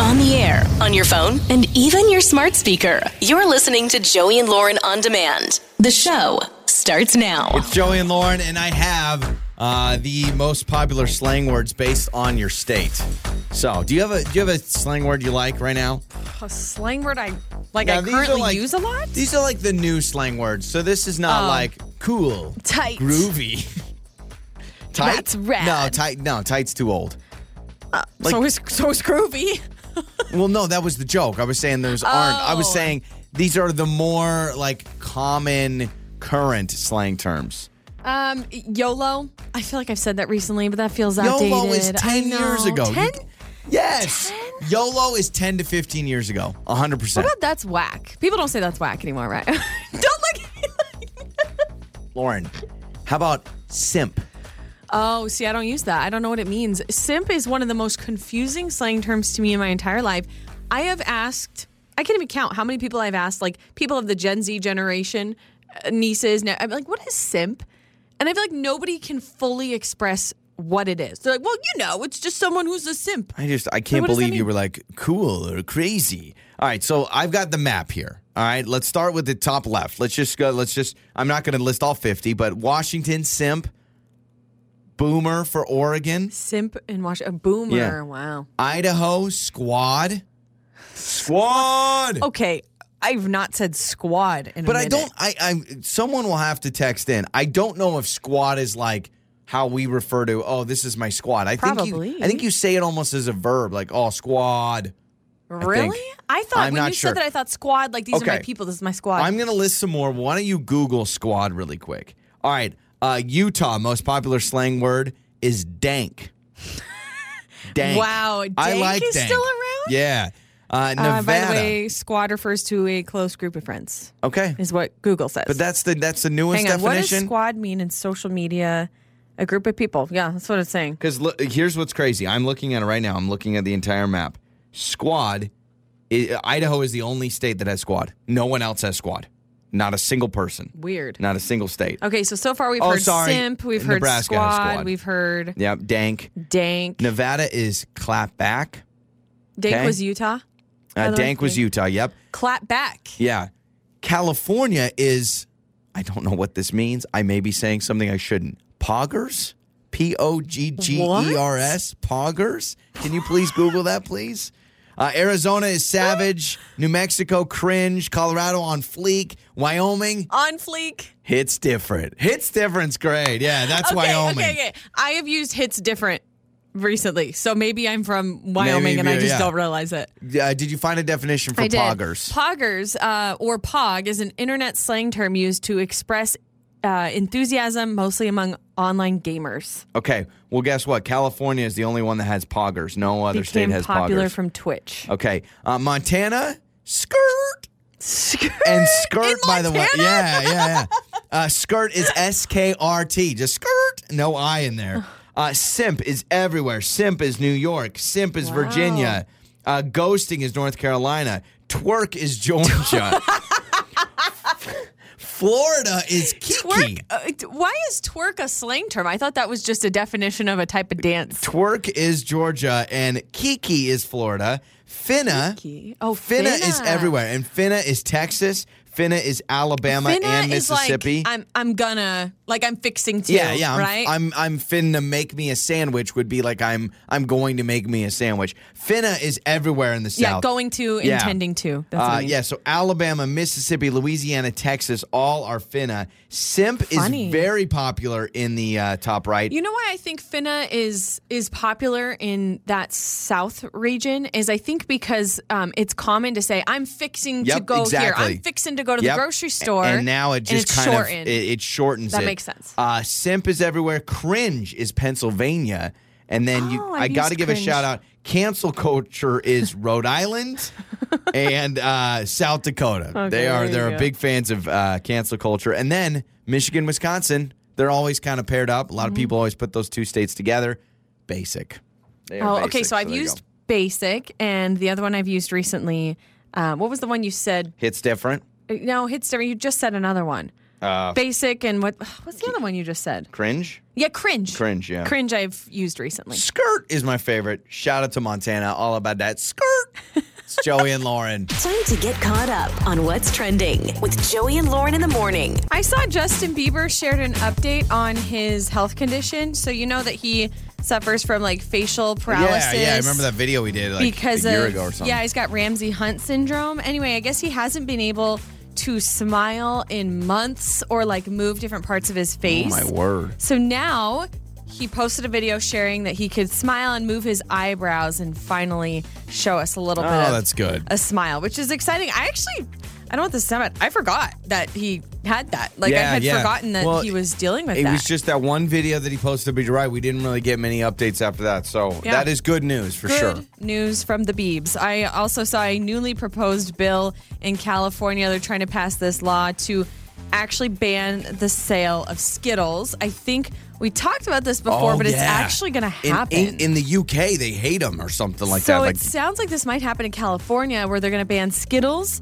on the air, on your phone, and even your smart speaker. You're listening to Joey and Lauren on demand. The show starts now. It's Joey and Lauren, and I have uh, the most popular slang words based on your state. So, do you have a do you have a slang word you like right now? a slang word I like Now, I these are currently like- use a lot? These are like the new slang words. So this is not Oh. like cool, Tight. groovy, tight. That's rad. No, tight. No, tight's too old. like- so is so is groovy. Well, no, that was the joke. I was saying those aren't. I was Oh. saying these are the more like common current slang terms. Um YOLO. I feel like I've said that recently, but that feels outdated. YOLO is I 10 years know. ago. You- Ten? Yes. YOLO is 10 to 15 years ago. 100%. What about that's whack? People don't say that's whack anymore, right? don't look at me like- Lauren, how about simp? Oh, see, I don't use that. I don't know what it means. Simp is one of the most confusing slang terms to me in my entire life. I have asked, I can't even count how many people I've asked, like people of the Gen Z generation, uh, nieces. Now, I'm like, what is simp? And I feel like nobody can fully express what it is. They're like, well, you know, it's just someone who's a simp. I just, I can't what does that believe you mean? were like cool or crazy. All right, so I've got the map here. All right, let's start with the top left. Let's just go, let's just, I'm not going to list all 50, but Washington, simp, boomer for Oregon, Simp and wash a boomer. Yeah. Wow. Idaho, squad. Squad! Okay, I've not said squad in a But I Oh, minute. don't. I, I. Someone will have to text in. I don't know if squad is like how we refer to. Oh, this is my squad. I think. You, Probably. I think you say it almost as a verb, like oh squad. Really? I, thought I'm when not you sure. said that, I thought squad, like these are my Okay. people, this is my squad. I'm gonna list some more. Why don't you Google squad really quick? All right. Uh, Utah most popular slang word is dank. dank. Wow, I dank like is dank. still around? Yeah. Uh, Nevada. Uh, by the way, squad refers to a close group of friends, okay. is what Google says. But that's the that's the newest Hang on, what does definition. squad mean in social media? A group of people. Yeah, that's what it's saying. Because look, here's what's crazy. I'm looking at it right now. I'm looking at the entire map. Squad, i Idaho is the only state that has squad. No one else has squad. Not a single person. Weird. Not a single state. Okay, so so far we've Oh, heard sorry. simp, we've heard Nebraska has squad, squad. we've heard Yep. Dank. dank. Nevada is clap back. Dank okay. was Utah. Uh, Other dank was thing. Utah. Yep. Clap back. Yeah. California is, I don't know what this means. I may be saying something I shouldn't. Poggers? P O G G E R S? Poggers? Can you please Google that, please? Uh, Arizona is savage. New Mexico, cringe. Colorado on fleek. Wyoming On fleek. hits different. Hits different's great. Yeah, that's okay, Wyoming. Okay, okay. I have used hits different recently, so maybe I'm from Wyoming and I you- just yeah. don't realize it. Uh, did you find a definition for I did. poggers? Poggers, uh, or pog, is an internet slang term used to express uh, enthusiasm, mostly among online gamers. okay, well, guess what? California is the only one that has poggers. No other state Became has popular poggers. from Twitch. Okay, uh, Montana skirt and skirt. In by the way, Montana? yeah, yeah, yeah. Uh, skirt is S K R T. Just skirt, no I in there. Uh, simp is everywhere. Simp is New York. Simp is Virginia. Uh, ghosting is North Carolina. Twerk is Georgia. Florida is Kiki. Twerk. Uh, t- why is twerk a slang term? I thought that was just a definition of a type of dance. Twerk is Georgia and Kiki is Florida. Finna. Kiki. Oh, Finna, is finna. everywhere. And Finna is Texas. Finna is Alabama Finna uh, and is Mississippi. like I'm I'm gonna like I'm fixing to. yeah, yeah. I'm, right. I'm I'm finna make me a sandwich would be like I'm I'm going to make me a sandwich. Finna is everywhere in the yeah, South. going to, Yeah. intending to. That's what Uh, I mean. yeah, so Alabama, Mississippi, Louisiana, Texas, all are finna. Simp Funny. is very popular in the uh, top right. You know why I think finna is is popular in that South region is I think because um, it's common to say I'm fixing to Yep, go here, exactly. I'm fixing to go to Yep. the grocery store, And now it just it's kind shortened. of it, it shortens. That it. makes sense. Uh, simp is everywhere. Cringe is Pennsylvania, and then you. Oh, I've I got to used give a cringe. shout out. Cancel culture is Rhode Island and uh, South Dakota. they there are you they're go. big fans of uh, cancel culture, and then Michigan, Wisconsin. They're always kind of paired up. A lot of Mm-hmm. people always put those two states together. Basic. They are oh, okay. basic, So I've there you used go. basic, and the other one I've used recently. Uh, what was the one you said? hits different. No, hits different. You just said another one. Uh, Basic and what? What's the other one you just said? Cringe. Yeah, cringe. Cringe, yeah. Cringe. I've used recently. Skirt is my favorite. Shout out to Montana, all about that skirt. It's Joey and Lauren. Time to get caught up on what's trending with Joey and Lauren in the morning. I saw Justin Bieber shared an update on his health condition. So you know that he suffers from like facial paralysis. Yeah, yeah. I remember that video we did like because a year of ago or something. yeah, he's got Ramsey Hunt syndrome. Anyway, I guess he hasn't been able to smile in months or like move different parts of his face. oh my word. So now he posted a video sharing that he could smile and move his eyebrows and finally show us a little Oh, bit of that's good. a smile, which is exciting. I actually I don't want this to sound bad. I forgot that he had that. Like I Yeah, had yeah. forgotten that Well, he was dealing with It that. was just that one video that he posted. But you're right, we didn't really get many updates after that. So Yeah. that is good news for Good sure. news from the Beebs. I also saw a newly proposed bill in California. They're trying to pass this law to actually ban the sale of Skittles. I think we talked about this before, Oh, but it's yeah. actually going to In- happen. In, in, the UK, they hate him or something like so that. Like, it sounds like this might happen in California where they're going to ban Skittles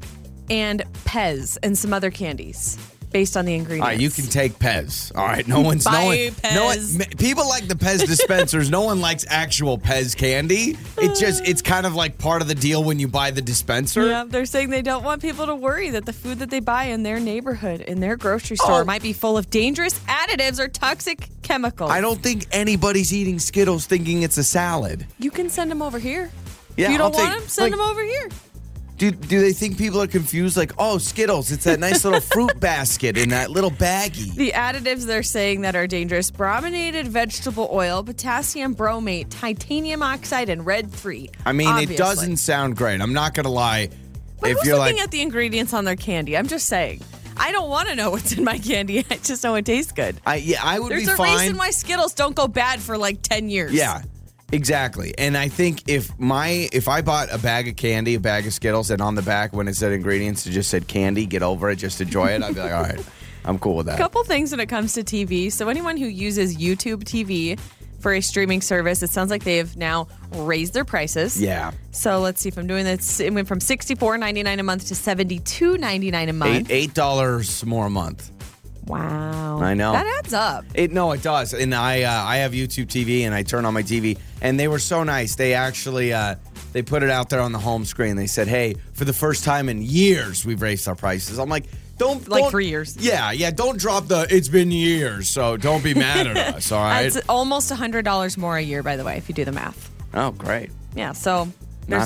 and Pez and some other candies based on the ingredients. all right, you can take Pez. All right, no one's no Bye, one, no one- Pez. m- people like the Pez dispensers. no one likes actual Pez candy. It just it's kind of like part of the deal when you buy the dispenser. Yeah, they're saying they don't want people to worry that the food that they buy in their neighborhood, in their grocery store, Oh. might be full of dangerous additives or toxic chemicals. I don't think anybody's eating Skittles thinking it's a salad. You can send them over here. Yeah, if you don't I'll want take- them, send like- them over here. Do, do they think people are confused? Like, oh, Skittles, it's that nice little fruit basket in that little baggie. The additives they're saying that are dangerous brominated vegetable oil, potassium bromate, titanium oxide, and red 3. I mean, Obviously. it doesn't sound great. I'm not going to lie. But if who's you're looking like, at the ingredients on their candy? I'm just saying. I don't want to know what's in my candy. I just know it tastes good. I, yeah, I would There's be a fine. reason why Skittles don't go bad for like 10 years. Yeah, exactly. And I think if my if I bought a bag of candy, a bag of Skittles, and on the back when it said ingredients, it just said candy. Get over it. Just enjoy it. I'd be like, all right, I'm cool with that. couple things when it comes to TV. So anyone who uses YouTube TV for a streaming service, it sounds like they've now raised their prices. Yeah. So let's see if I'm doing this. It went from sixty four ninety nine a month to seventy two ninety nine a Eight month. eight dollars more a month. Wow. I know. That adds up. It no, it does. And I uh, I have YouTube TV, and I turn on my TV, and they were so nice. They actually uh, they put it out there on the home screen. They said, "Hey, for the first time in years, we've raised our prices." I'm like. Don't Like don't- three years. Yeah, yeah. Don't drop the. It's been years, so don't be mad at us. All right. That's almost hundred dollars more a year, by the way, if you do the math. oh, great. Yeah, so there's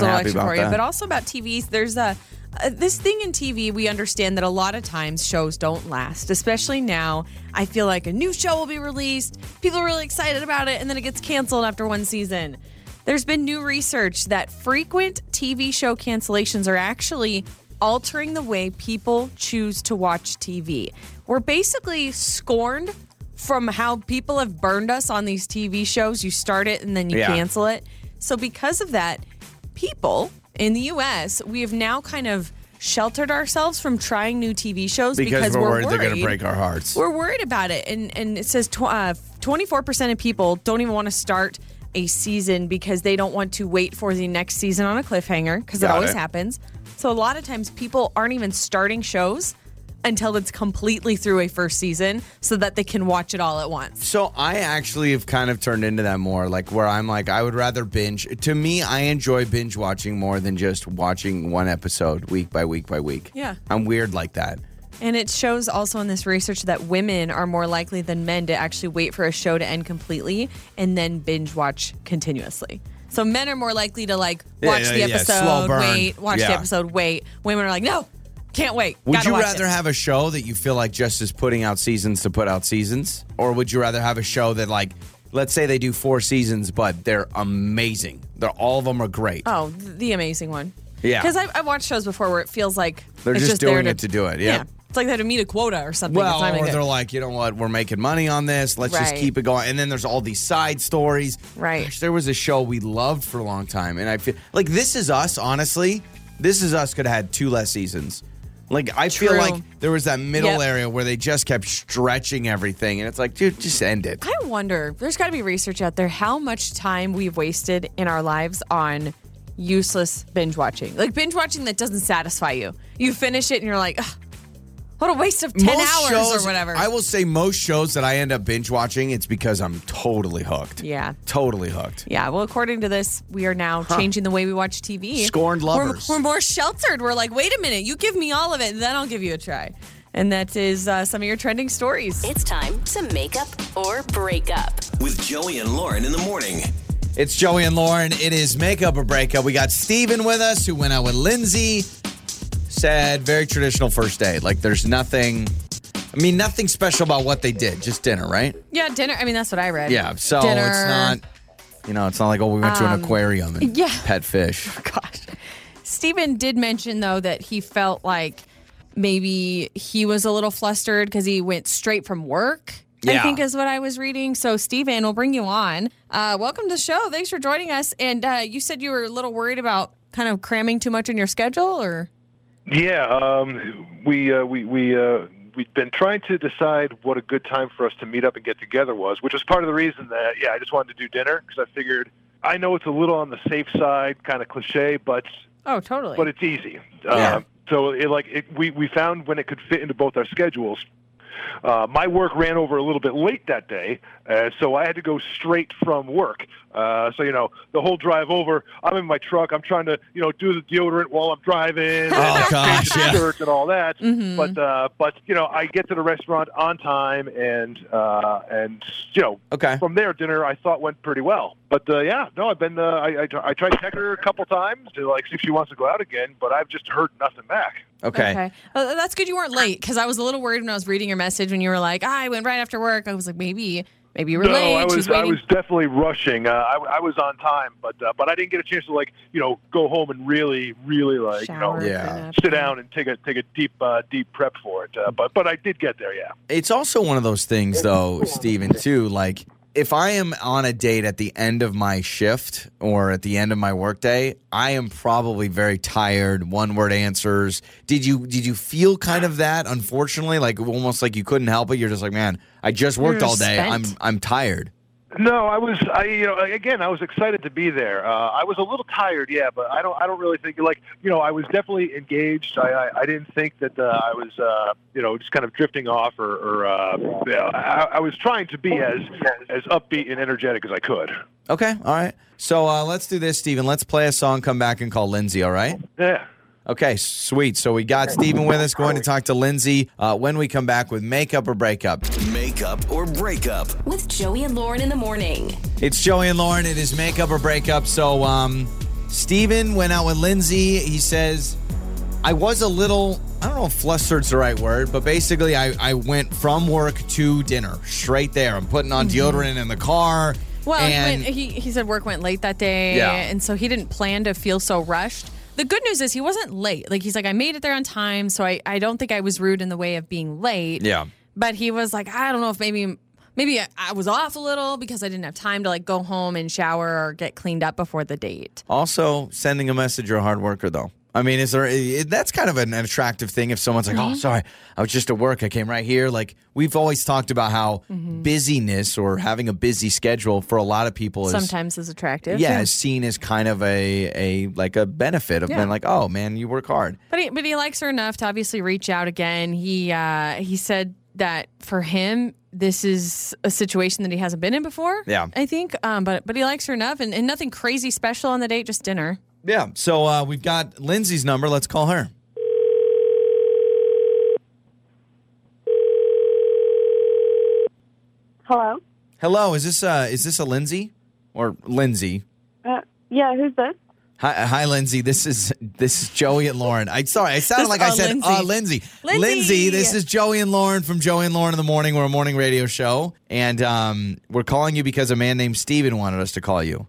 Not a little happy extra about for you. that. But also about TVs, there's a uh, this thing in TV. We understand that a lot of times shows don't last, especially now. I feel like a new show will be released, people are really excited about it, and then it gets canceled after one season. There's been new research that frequent TV show cancellations are actually altering the way people choose to watch TV. We're basically scorned from how people have burned us on these TV shows. You start it and then you Yeah. cancel it. So, because of that, people in the US, we have now kind of sheltered ourselves from trying new TV shows because, Because, we're, worried, they're going worried. to break our hearts. We're worried about it. And, and it says tw- uh, 24% of people don't even want to start a season because they don't want to wait for the next season on a cliffhanger because it Got always it. happens. So, a lot of times people aren't even starting shows until it's completely through a first season so that they can watch it all at once. So I actually have kind of turned into that more, like where I'm like, I would rather binge. To me, I enjoy binge watching more than just watching one episode week by week by week. Yeah. I'm weird like that. And it shows also in this research that women are more likely than men to actually wait for a show to end completely and then binge watch continuously. So men are more likely to like Yeah, watch yeah, the yeah, episode, slow burn. wait, watch the Yeah. episode, wait. Women are like, no, can't wait. Would gotta you watch rather it. have a show that you feel like just is putting out seasons to put out seasons? Or would you rather have a show that, like, let's say they do four seasons, but they're amazing? They're All of them are great. Oh, th- the amazing one. Yeah. Because I've, I've watched shows before where it feels like They're it's just just, there doing to, it to do it, yeah. It's like they had to meet a quota or something. It's Well, not even or good. they're like, you know what, we're making money on this. Let's just Right. keep it going. And then there's all these side stories. Right. Gosh, there was a show we loved for a long time, and I feel like This Is Us. Honestly, This Is Us could have had two less seasons. Like I feel True. like there was that middle Yep. area where they just kept stretching everything, and it's like, dude, just end it. I wonder, there's got to be research out there how much time we've wasted in our lives on useless binge watching. Like binge watching that doesn't satisfy you. You finish it and you're like, "Ugh, What a waste of 10 hours shows, or whatever. I will say most shows that I end up binge watching, it's because I'm totally hooked. Yeah. Totally hooked. yeah, well, according to this, we are now changing the way we watch TV. Scorned We're- lovers. We're, more sheltered. We're like, wait a minute, you give me all of it, then I'll give you a try. And that is uh, some of your trending stories. It's time to make up or break up. With Joey and Lauren in the morning. It's Joey and Lauren. It is Makeup or Breakup. We got Steven with us, who went out with Lindsay. Said very traditional first date. Like there's nothing, I mean, nothing special about what they did. Just dinner, right? Yeah, dinner. I mean, that's what I read. Yeah. So Dinner. Um, it's not, you know, it's not like, oh, we went to an aquarium and yeah. pet fish. gosh. Steven did mention though that he felt like maybe he was a little flustered because he went straight from work. I Yeah. think is what I was reading. So Steven, we'll bring you on. Uh, welcome to the show. Thanks for joining us. And uh, you said you were a little worried about kind of cramming too much in your schedule, or Yeah, um, we uh, we we uh, we've been trying to decide what a good time for us to meet up and get together was, which was part of the reason that yeah, I just wanted to do dinner because I figured I know it's a little on the safe side, kind of cliche, but oh, totally. but it's easy. Yeah. Uh, so it like it, we we found when it could fit into both our schedules. Uh, my work ran over a little bit late that day, uh, so I had to go straight from work. Uh, so you know, the whole drive over, I'm in my truck. I'm trying to you know do the deodorant while I'm driving, Oh, gosh, yeah. Mm-hmm. shirt and all that. But uh, but you know, I get to the restaurant on time, and uh, and you know, Okay. from there, dinner I thought went pretty well. But uh, yeah, no, I've been uh, I, I I tried texting her a couple times to like see if she wants to go out again, but I've just heard nothing back. Okay. Uh, that's good. You weren't late because I was a little worried when I was reading your message when you were like, ah, "I went right after work." I was like, maybe, maybe you were late. No, I She's was I waiting. was definitely rushing. Uh, I, I was on time, but uh, but I didn't get a chance to like you know go home and really really like Shower, you know. Yeah. clean up. Sit down and take a take a deep uh, deep prep for it, uh, but but I did get there. Yeah, It's also one of those things, though, Steven, too. Like, if I am on a date at the end of my shift or at the end of my workday, I am probably very tired. One word answers. Did you did you feel kind of that? Unfortunately, like almost like you couldn't help it. You're just like, man, I just worked You're all day. spent. I'm I'm tired. No, I was. I you know again, I was excited to be there. Uh, I was a little tired, yeah, but I don't. I don't really think like you know. I was definitely engaged. I I, I didn't think that uh, I was uh, you know just kind of drifting off or, or uh, you know, I, I was trying to be as as upbeat and energetic as I could. Okay, all right. So uh, let's do this, Steven. Let's play a song, come back, and call Lindsay. All right. Yeah. Okay, sweet. So we got Steven with us. Going to talk to Lindsay uh, when we come back with makeup or breakup. Makeup or breakup. With Joey and Lauren in the morning. It's Joey and Lauren. It is makeup or breakup. So, um, Steven went out with Lindsay. He says, I was a little, I don't know if flustered's the right word, but basically, I, I went from work to dinner straight there. I'm putting on deodorant in the car. Mm-hmm. Well, and when he, he said work went late that day, Yeah. and so he didn't plan to feel so rushed. The good news is he wasn't late. Like he's like, I made it there on time, so I, I don't think I was rude in the way of being late. Yeah. But he was like, I don't know if maybe maybe I, I was off a little because I didn't have time to like go home and shower or get cleaned up before the date. also sending a message you're a hard worker, though. I mean, is there, it, that's kind of an attractive thing if someone's like, Mm-hmm. oh, sorry, I was just at work. I came right here. Like, we've always talked about how Mm-hmm. busyness or having a busy schedule for a lot of people is Sometimes is attractive. yeah, is seen as kind of a a like a benefit of Yeah. being like, oh man, you work hard. But he, but he likes her enough to obviously reach out again. He uh, he said that for him, this is a situation that he hasn't been in before. Yeah. I think. Um, but but he likes her enough, and, and nothing crazy special on the date, just dinner. Yeah. So uh, we've got Lindsay's number. Let's call her. Hello. Hello, is this uh is this a Lindsay or Lindsay? Uh, yeah, who's this? Hi, uh, hi, Lindsay. This is this is Joey and Lauren. I sorry, I sounded This- like I oh, said Lindsay. uh, Lindsay. Lindsay! this is Joey and Lauren from Joey and Lauren in the morning. We're a morning radio show, and um, we're calling you because a man named Steven wanted us to call you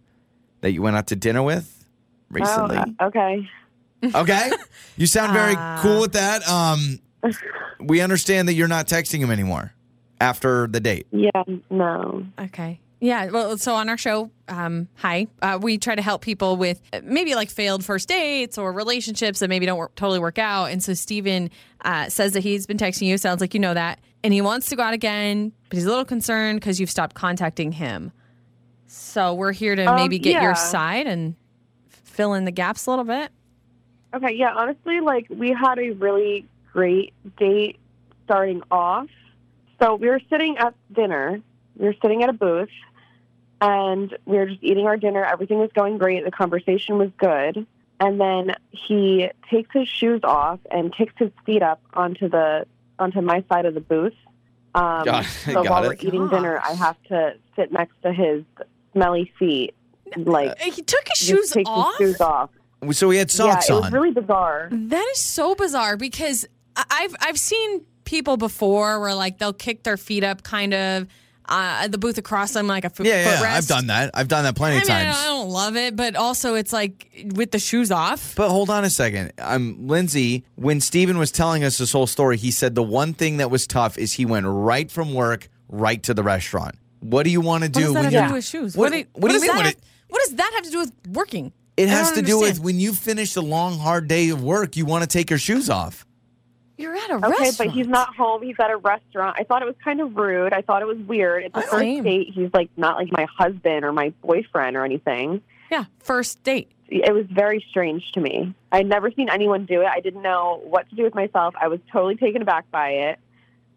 that you went out to dinner with recently. Oh, uh, okay. Okay. You sound very Uh. cool with that. Um, we understand that you're not texting him anymore after the date. Yeah, no. Okay. Yeah. Well, so on our show, um, hi, uh, we try to help people with uh, maybe like failed first dates or relationships that maybe don't work, totally work out. And so Steven uh, says that he's been texting you. Sounds like you know that. And he wants to go out again, but he's a little concerned because you've stopped contacting him. So we're here to Um, maybe get yeah. your side and fill in the gaps a little bit. Okay, yeah, honestly, like, we had a really great date starting off. So we were sitting at dinner. We were sitting at a booth, and we were just eating our dinner. Everything was going great. The conversation was good. And then he takes his shoes off and kicks his feet up onto the onto my side of the booth. Um, Got- so got while it. we're eating dinner, I have to sit next to his smelly feet, like He took his just shoes take off. his shoes off. So he had socks yeah, it on. was really bizarre. That is so bizarre because I- I've I've seen people before where like they'll kick their feet up kind of uh, at the booth across them like a foot yeah, yeah, footrest. I've done that. I've done that I plenty mean, of I times. don't, I don't love it, but also it's like with the shoes off. But hold on a second. Um, Lindsay, when Steven was telling us this whole story, he said the one thing that was tough is he went right from work right to the restaurant. What do you want to What do does when that have you to do with shoes? What, What, it- what do you does mean? that What have- it, what does that have to do with working? it I has to don't do with understand. when you finish a long, hard day of work, you want to take your shoes off. you're at a Okay, restaurant. but he's not home. He's at a restaurant. I thought it was kind of rude. I thought it was weird. It's a I first don't- date. He's like not like my husband or my boyfriend or anything. Yeah, first date. It was very strange to me. I'd never seen anyone do it. I didn't know what to do with myself. I was totally taken aback by it.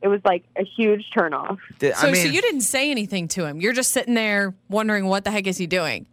It was like a huge turnoff. Th- So, I mean, so you didn't say anything to him. You're just sitting there wondering what the heck is he doing.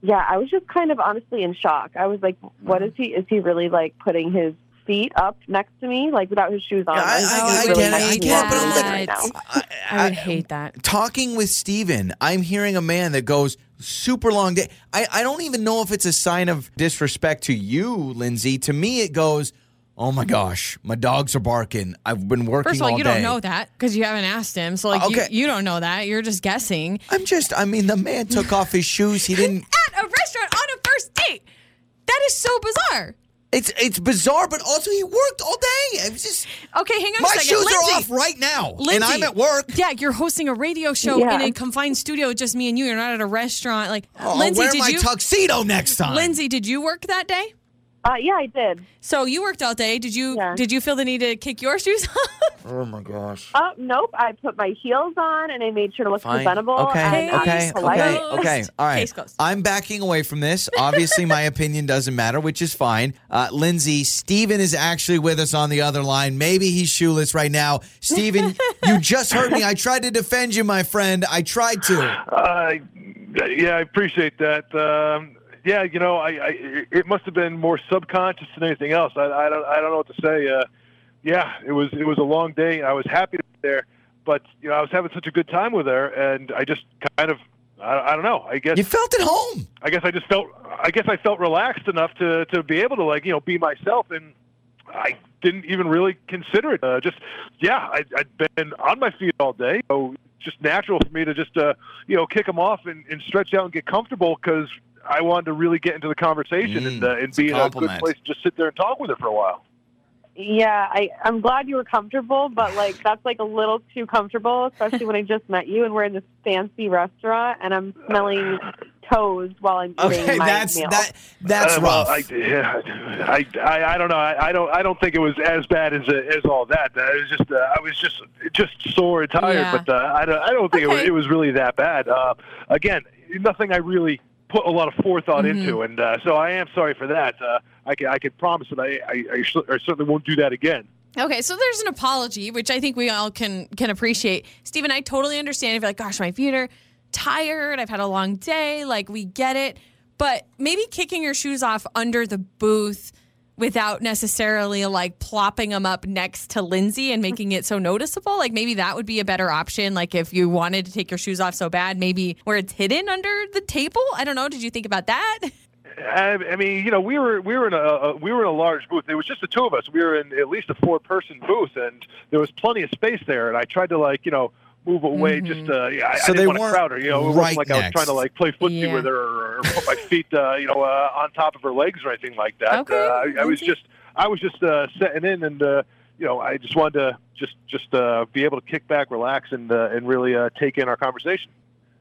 Yeah, I was just kind of honestly in shock. I was like, what Mm-hmm. is he? Is he really like putting his feet up next to me, like without his shoes on? Yeah, I- was I- really I get it. messing I with get it, my but I'm like- mind right now. I, I would I- hate that. talking with Steven, I'm hearing a man that goes super long day. I, I don't even know if it's a sign of disrespect to you, Lindsay. To me, it goes, oh my gosh, my dogs are barking. I've been working First of all, you day." don't know that because you haven't asked him. So like Okay. you, you don't know that. You're just guessing. I'm just, I mean, the man took off his shoes. He didn't. At a restaurant on a first date. That is so bizarre. It's it's bizarre, but also he worked all day. It was just Okay, hang on my a second. shoes Lindsay, are off right now, and Lindsay. I'm at work. Yeah, you're hosting a radio show Yeah. in a confined studio with just me and you. You're not at a restaurant. Like Oh, I'll Lindsay, wear did my you tuxedo next time. Lindsay, did you work that day? Uh, yeah, I did. So you worked all day. Did you Yeah. did you feel the need to kick your shoes off? Oh my gosh. Oh, nope. I put my heels on and I made sure to look Fine. presentable. Okay. And I was Okay. polite. Okay. Closed. Okay. All right. Case closed. I'm backing away from this. Obviously, my opinion doesn't matter, which is fine. Uh, Lindsay, Steven is actually with us on the other line. Maybe he's shoeless right now. Steven, you just heard me. I tried to defend you, my friend. I tried to. Uh, yeah, I appreciate that. Um, yeah, you know, I, I it must have been more subconscious than anything else. I, I don't I don't know what to say. Uh, yeah, it was it was a long day. I was happy to be there, but you know, I was having such a good time with her, and I just kind of I, I don't know. I guess You felt at home. I guess I just felt I guess I felt relaxed enough to to be able to like you know be myself and I didn't even really consider it. Uh, just yeah, I, I'd been on my feet all day, so just natural for me to just uh, you know kick them off and, and stretch out and get comfortable because I wanted to really get into the conversation Mm, and uh, and it's a be in a good compliment. place to just sit there and talk with her for a while. Yeah, I, I'm glad you were comfortable, but like that's like a little too comfortable, especially when I just met you and we're in this fancy restaurant and I'm smelling toes while I'm eating Okay, my that's meal. that. That's Uh, well, rough. I, yeah, I, I, I don't know. I, I don't. I don't think it was as bad as uh, as all that. Uh, It was just. Uh, I was just just sore and tired. Yeah. But uh, I don't. I don't think it, was, Okay. it was really that bad. Uh, again, nothing I really put a lot of forethought into, and uh, so I am sorry for that. Uh, I can I can promise that I I, I, sh- I certainly won't do that again. okay, so there's an apology, which I think we all can can appreciate. Steven, I totally understand if you're like, gosh, my feet are tired, I've had a long day, like we get it. But maybe kicking your shoes off under the booth without necessarily like plopping them up next to Lindsay and making it so noticeable, like maybe that would be a better option. Like if you wanted to take your shoes off so bad, maybe where it's hidden under the table. I don't know. Did you think about that? I, I mean, you know, we were we were in a, a we were in a large booth. It was just the two of us. We were in at least a four person booth, and there was plenty of space there. And I tried to like you know move away just uh, yeah, I, Mm-hmm. So they I didn't want to weren't crowd her. You know, it right wasn't like I was next. trying to like play footsie Yeah. with her or, or put my feet uh, you know uh, on top of her legs or anything like that. Okay, Uh, I, I was Lindsay. just I was just uh, setting in and. Uh, you know, I just wanted to just just uh, be able to kick back, relax, and uh, and really uh, take in our conversation.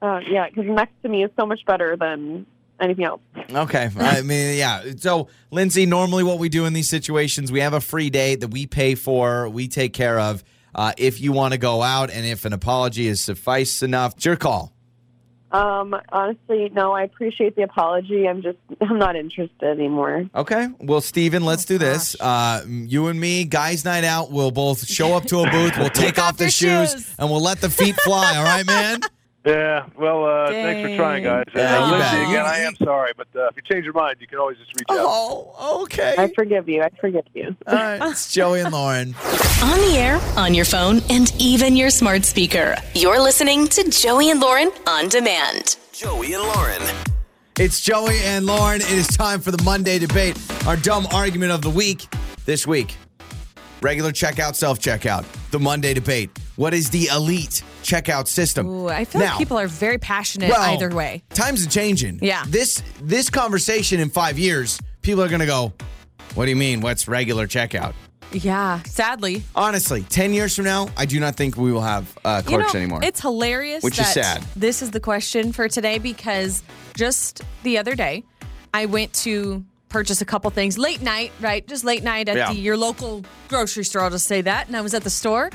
Uh, yeah, because next to me is so much better than anything else. Okay. I mean, yeah. So, Lindsay, normally what we do in these situations, we have a free day that we pay for, we take care of. Uh, if you want to go out and if an apology is suffice enough, it's your call. Um, honestly, no, I appreciate the apology. I'm just, I'm not interested anymore. Okay. Well, Steven, let's do this. Uh, you and me, guys' night out, we'll both show up to a booth, we'll take off the your shoes, shoes. and we'll let the feet fly. All right, man? Yeah, well, uh, thanks for trying, guys. Yeah, uh, you Lindsay, bet. again, I am sorry, but uh, if you change your mind, you can always just reach out. Oh, okay. I forgive you. I forgive you. All right. It's Joey and Lauren. On the air, on your phone, and even your smart speaker. You're listening to Joey and Lauren on demand. Joey and Lauren. It's Joey and Lauren. It is time for the Monday debate, our dumb argument of the week. This week, regular checkout, self checkout, the Monday debate. What is the elite checkout system? Ooh, I feel Now- like people are very passionate Well, either way. Times are changing. Yeah. This this conversation in five years, people are gonna go, What do you mean? What's regular checkout? Yeah, sadly. Honestly, ten years from now, I do not think we will have uh, clerks You know, anymore. it's hilarious Which is that sad. this is the question for today because just the other day, I went to purchase a couple things late night, right? Just late night at Yeah. the, your local grocery store, I'll just say that. And I was at the store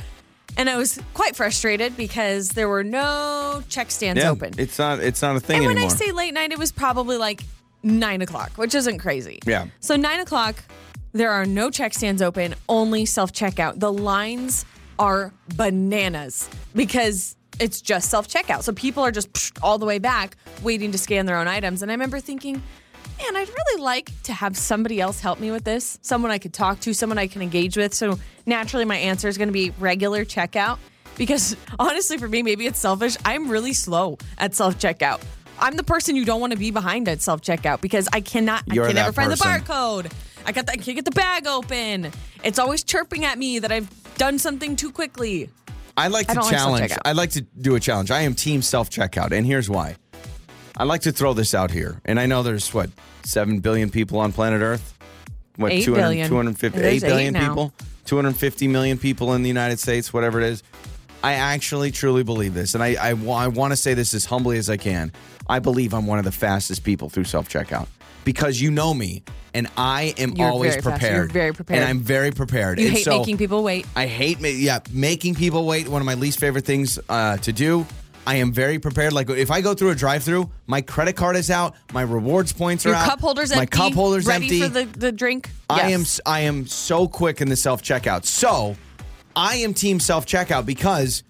and I was quite frustrated because there were no check stands Yeah, open. It's not it's not a thing and anymore. when I say late night, it was probably like nine o'clock, which isn't crazy. Yeah. So nine o'clock, there are no check stands open, only self checkout. The lines are bananas because it's just self checkout. So people are just psh, all the way back waiting to scan their own items. And I remember thinking, man, I'd really like to have somebody else help me with this, someone I could talk to, someone I can engage with. So naturally, my answer is going to be regular checkout. Because honestly, for me, maybe it's selfish. I'm really slow at self checkout. I'm the person you don't want to be behind at self checkout because I cannot, You're I can that never find the person. barcode. I got, the, I can't get the bag open. It's always chirping at me that I've done something too quickly. I like I to don't like challenge. self-checkout. I like to do a challenge. I am team self checkout, and here's why. I like to throw this out here, and I know there's what seven billion people on planet Earth. What Eight 200, billion. 250 There's 8 billion eight now. people, 250 million people in the United States, whatever it is. I actually truly believe this, and I I, wa- I want to say this as humbly as I can. I believe I'm one of the fastest people through self checkout because you know me, and I am You're always very fast. prepared. You're very prepared. and I'm very prepared. You and hate so, making people wait. I hate ma- yeah making people wait. One of my least favorite things uh, to do. I am very prepared. Like if I go through a drive-through, my credit card is out, my rewards points are Your out, cup holder's my empty. cup holder's ready empty. for the, the drink. I Yes. am s- I am so quick in the self checkout. So I am team self checkout because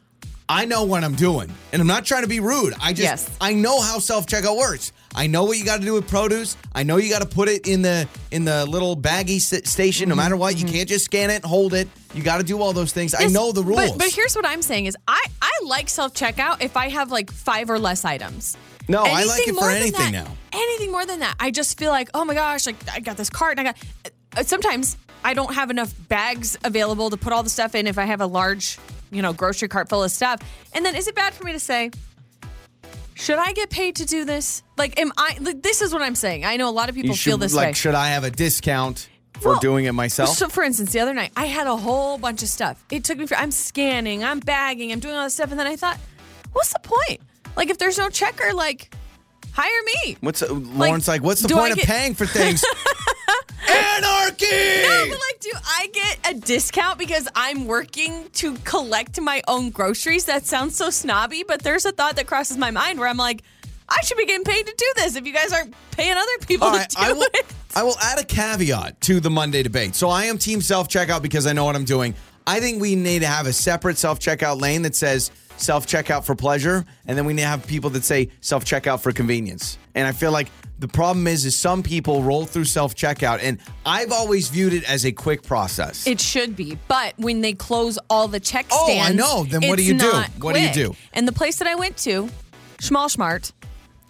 I know what I'm doing, and I'm not trying to be rude. I just Yes. I know how self checkout works. I know what you got to do with produce. I know you got to put it in the in the little baggy s- station. Mm-hmm. No matter what, you can't just scan it, hold it. You got to do all those things. I Yes, know the rules. But, but here's what I'm saying is I, I like self checkout if I have like five or less items. No, I like it for more than anything that- now. Anything more than that. I just feel like, oh my gosh, like I got this cart and I got uh, sometimes I don't have enough bags available to put all the stuff in if I have a large, you know, grocery cart full of stuff. And then is it bad for me to say, should I get paid to do this? Like, am I? Like, this is what I'm saying. I know a lot of people you feel should, this like, way. should I have a discount for Well, doing it myself? So, for instance, the other night I had a whole bunch of stuff. It took me for I'm scanning, I'm bagging, I'm doing all this stuff, and then I thought, what's the point? Like, if there's no checker, like, hire me. what's uh, Lauren's like? What's the do I point of get- paying for things? Anarchy. No, but like, do I get a discount because I'm working to collect my own groceries? That sounds so snobby, but there's a thought that crosses my mind where I'm like, I should be getting paid to do this if you guys aren't paying other people All right, to do I will, it. I will add a caveat to the Monday debate. So I am team self checkout because I know what I'm doing. I think we need to have a separate self checkout lane that says self checkout for pleasure, and then we need to have people that say self checkout for convenience. And I feel like the problem is, is some people roll through self checkout, and I've always viewed it as a quick process. It should be, but when they close all the check Oh, I stands, know. Then what do it's you do? not What do you quick. do? And the place that I went to, Schmalschmart,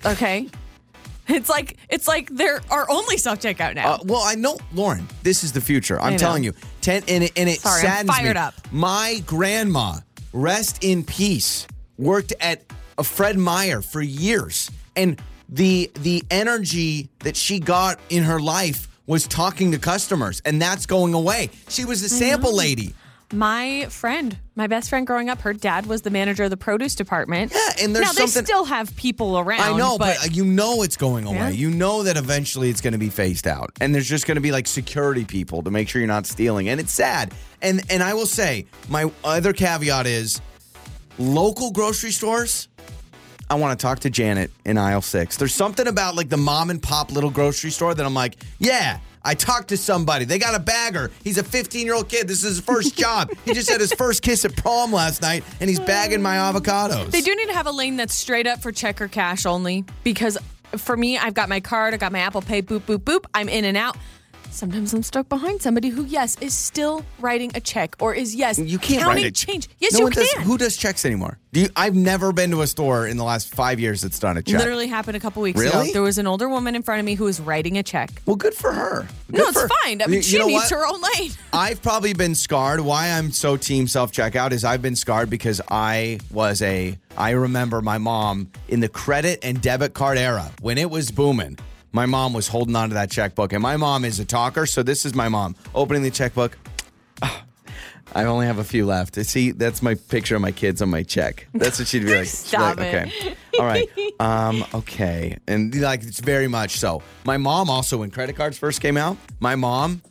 okay, it's like it's like there are only self checkout now. Uh, well, I know, Lauren. This is the future. I'm know. telling you. Ten, and it, and it Sorry, I'm saddens fired me. up. My grandma, rest in peace, worked at a Fred Meyer for years, and the the energy that she got in her life was talking to customers, and that's going away. She was a sample lady. my friend, my best friend growing up, her dad was the manager of the produce department. Yeah, and there's now something- they still have people around. I know, but, uh, but, you know it's going away. Yeah. You know that eventually it's going to be phased out, and there's just going to be like security people to make sure you're not stealing, and it's sad. And and I will say, my other caveat is, local grocery stores. I want to talk to Janet in aisle six. There's something about like the mom and pop little grocery store that I'm like, yeah, I talked to somebody. They got a bagger. He's a 15 year old kid. This is his first job. He just had his first kiss at prom last night, and he's bagging my avocados. They do need to have a lane that's straight up for check or cash only because for me, I've got my card, I got my Apple Pay, boop, boop, boop. I'm in and out. Sometimes I'm stuck behind somebody who, yes, is still writing a check or is, yes, You can't counting write it. change. Yes, no you one can. Does, who does checks anymore? Do you, I've never been to a store in the last five years that's done a check. Literally happened a couple weeks ago. Really? There was an older woman in front of me who was writing a check. Well, good for her. no, Good it's for- fine. I mean, You- you she know what? needs her own lane. I've probably been scarred. Why I'm so team self checkout is I've been scarred because I was a, I remember my mom in the credit and debit card era when it was booming. My mom was holding on to that checkbook, and my mom is a talker. So this is my mom opening the checkbook. Ah, I only have a few left. See, that's my picture of my kids on my check. That's what she'd be like. She'd be like, Stop it. Okay. All right. Um, okay. And like it's very much so. My mom also, when credit cards first came out, my mom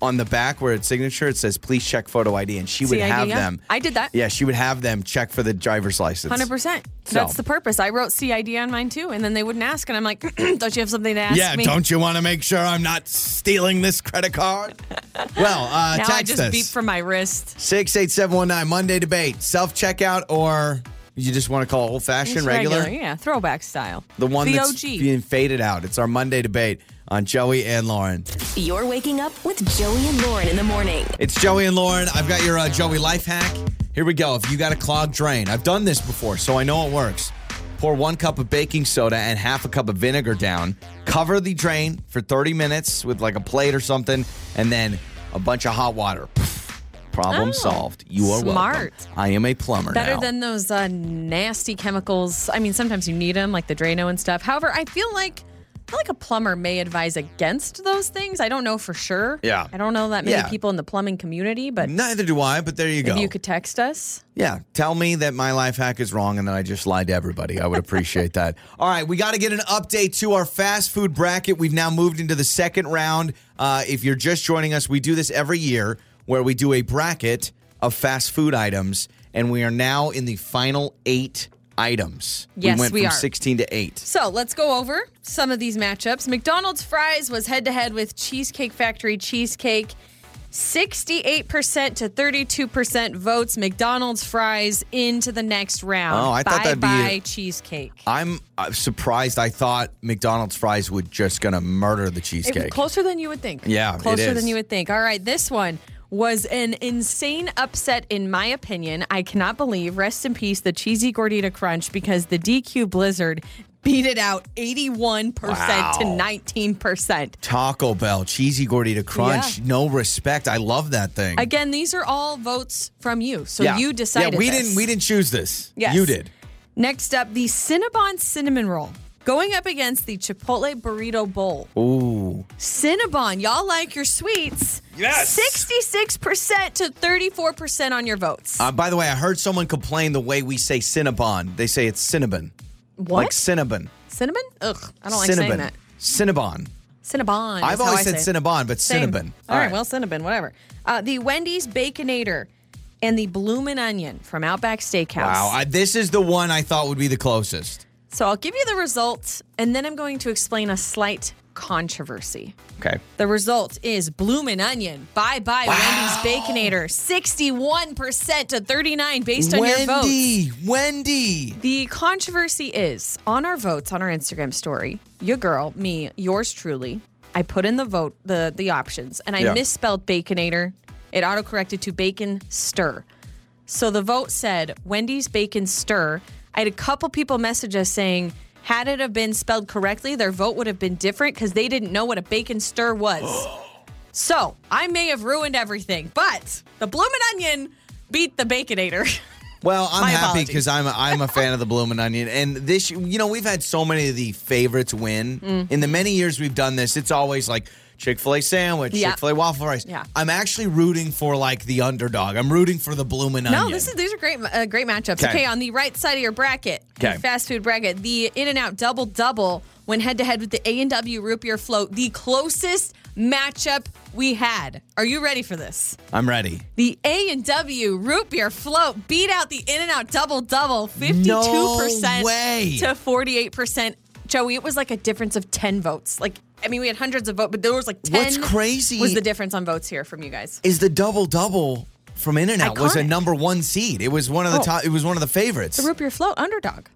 on the back where it's signature, it says please check photo ID, and she would CID, have yeah. them. I did that. Yeah, she would have them check for the driver's license. 100%. So- That's the purpose. I wrote CID on mine too, and then they wouldn't ask, and I'm like, don't you have something to ask Yeah, me? don't you want to make sure I'm not stealing this credit card? well, uh, now text I just us. beep from my wrist. 68719, Monday debate. Self checkout or you just want to call old fashioned, Just regular? Yeah, throwback style. The one the that's OG. being faded out. It's our Monday debate on Joey and Lauren. You're waking up with Joey and Lauren in the morning. It's Joey and Lauren. I've got your uh, Joey life hack. Here we go. If you got a clogged drain, I've done this before, so I know it works. Pour one cup of baking soda and half a cup of vinegar down. Cover the drain for 30 minutes with like a plate or something, and then a bunch of hot water. Problem Oh, solved. You are smart. welcome. I am a plumber Better now. than those uh, nasty chemicals. I mean, sometimes you need them, like the Drano and stuff. However, I feel like I feel like a plumber may advise against those things. I don't know for sure. Yeah. I don't know that many Yeah. people in the plumbing community, but Neither do I, but there you go. if you could text us. Yeah, tell me that my life hack is wrong and that I just lied to everybody. I would appreciate that. All right, we got to get an update to our fast food bracket. We've now moved into the second round. Uh, if you're just joining us, we do this every year where we do a bracket of fast food items, and we are now in the final eight items. Yes, we went we from are. 16 to 8. So let's go over some of these matchups. McDonald's fries was head to head with Cheesecake Factory cheesecake. 68% to 32% votes McDonald's fries into the next round. Oh, I thought that'd be- Bye-bye cheesecake. I'm uh, surprised. I thought McDonald's fries would just gonna murder the It- cheesecake. Closer than you would think. Yeah, it Closer is. than you would think. All right, this one was an insane upset, in my opinion. I cannot believe, rest in peace, the cheesy Gordita Crunch because the DQ Blizzard beat it out 81% to Wow. 19%. Taco Bell, cheesy gordita crunch, Yeah. no respect. I love that thing. Again, these are all votes from you. So you decided. Yeah, we this. didn't. We didn't choose this. Yes. you did. Next up, the Cinnabon Cinnamon Roll. Going up against the Chipotle Burrito Bowl. Ooh, Cinnabon, y'all like your sweets. Yes. 66% to 34% on your votes. Uh, by the way, I heard someone complain the way we say Cinnabon. They say it's Cinnabon, what? like Cinnabon. cinnamon? Ugg, I don't like Cinnabon. saying that. Cinnabon. Cinnabon. is I've how always I said say it. Cinnabon, but Same. Cinnabon. All right, well, Cinnabon, whatever. Uh, the Wendy's Baconator and the Bloomin' Onion from Outback Steakhouse. wow. I, this is the one I thought would be the closest. so I'll give you the results, and then I'm going to explain a slight controversy. Okay. The result is Bloomin' Onion. Bye bye, Wendy's Baconator. 61% to 39 based on your votes. Wendy. Wendy. The controversy is on our votes on our Instagram story. Your girl, me, yours truly. I put in the vote the the options and I Yeah. misspelled baconator. It autocorrected to bacon stir. So the vote said Wendy's bacon stir. I had a couple people message us saying had it have been spelled correctly, their vote would have been different because they didn't know what a bacon stir was. so I may have ruined everything, but the bloomin' onion beat the baconator. Well, I'm My happy apologies. because I'm a, I'm a fan of the Bloomin' Onion, and this you know we've had so many of the favorites win Mm. in the many years we've done this. It's always like Chick Fil A sandwich, Yeah. Chick Fil A waffle fries. Yeah. I'm actually rooting for like the underdog. I'm rooting for the Bloomin' Onion. No, this is these are great uh, great matchups. Okay. Okay. on the right side of your bracket, the Okay. fast food bracket, the In and Out double double went head to head with the A and W Root Beer Float, the closest matchup we had. Are you ready for this? I'm ready. The A and W root beer float beat out the In and Out double double, fifty-two percent way. to forty-eight percent. Joey, it was like a difference of ten votes. Like, I mean, we had hundreds of votes, but there was like ten. What's crazy- was the difference on votes here from you guys. Is the double double from In and Out was a Iconic. number one seed. It was one of the Oh. top. It was one of the favorites. The root beer float underdog,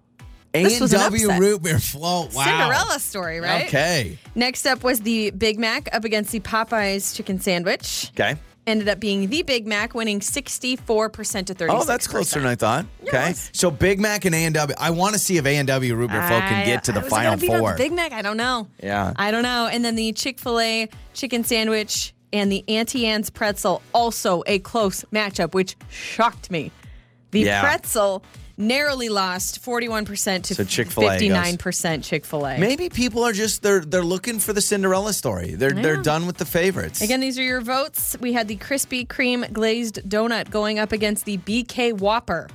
A this and was an W upset. root beer float. Wow. Cinderella story, right? Okay. Next up was the Big Mac up against the Popeyes chicken sandwich. Okay. Ended up being the Big Mac winning sixty-four percent to thirty-six. Oh, that's closer than I thought. Okay. it's- So Big Mac and A and W. I want to see if A and W root beer float can get to the I was like, oh, final "Gotta beat out the four. Big Mac, I don't know. Yeah. I don't know. And then the Chick Fil A chicken sandwich and the Auntie Anne's pretzel also a close matchup, which shocked me. The Yeah. pretzel narrowly lost forty-one percent to So Chick-fil-A goes. fifty-nine percent Chick Fil A. Maybe people are just they're they're looking for the Cinderella story. They're they're done with the favorites. Again, these are your votes. We had the Krispy Kreme glazed donut going up against the BK Whopper.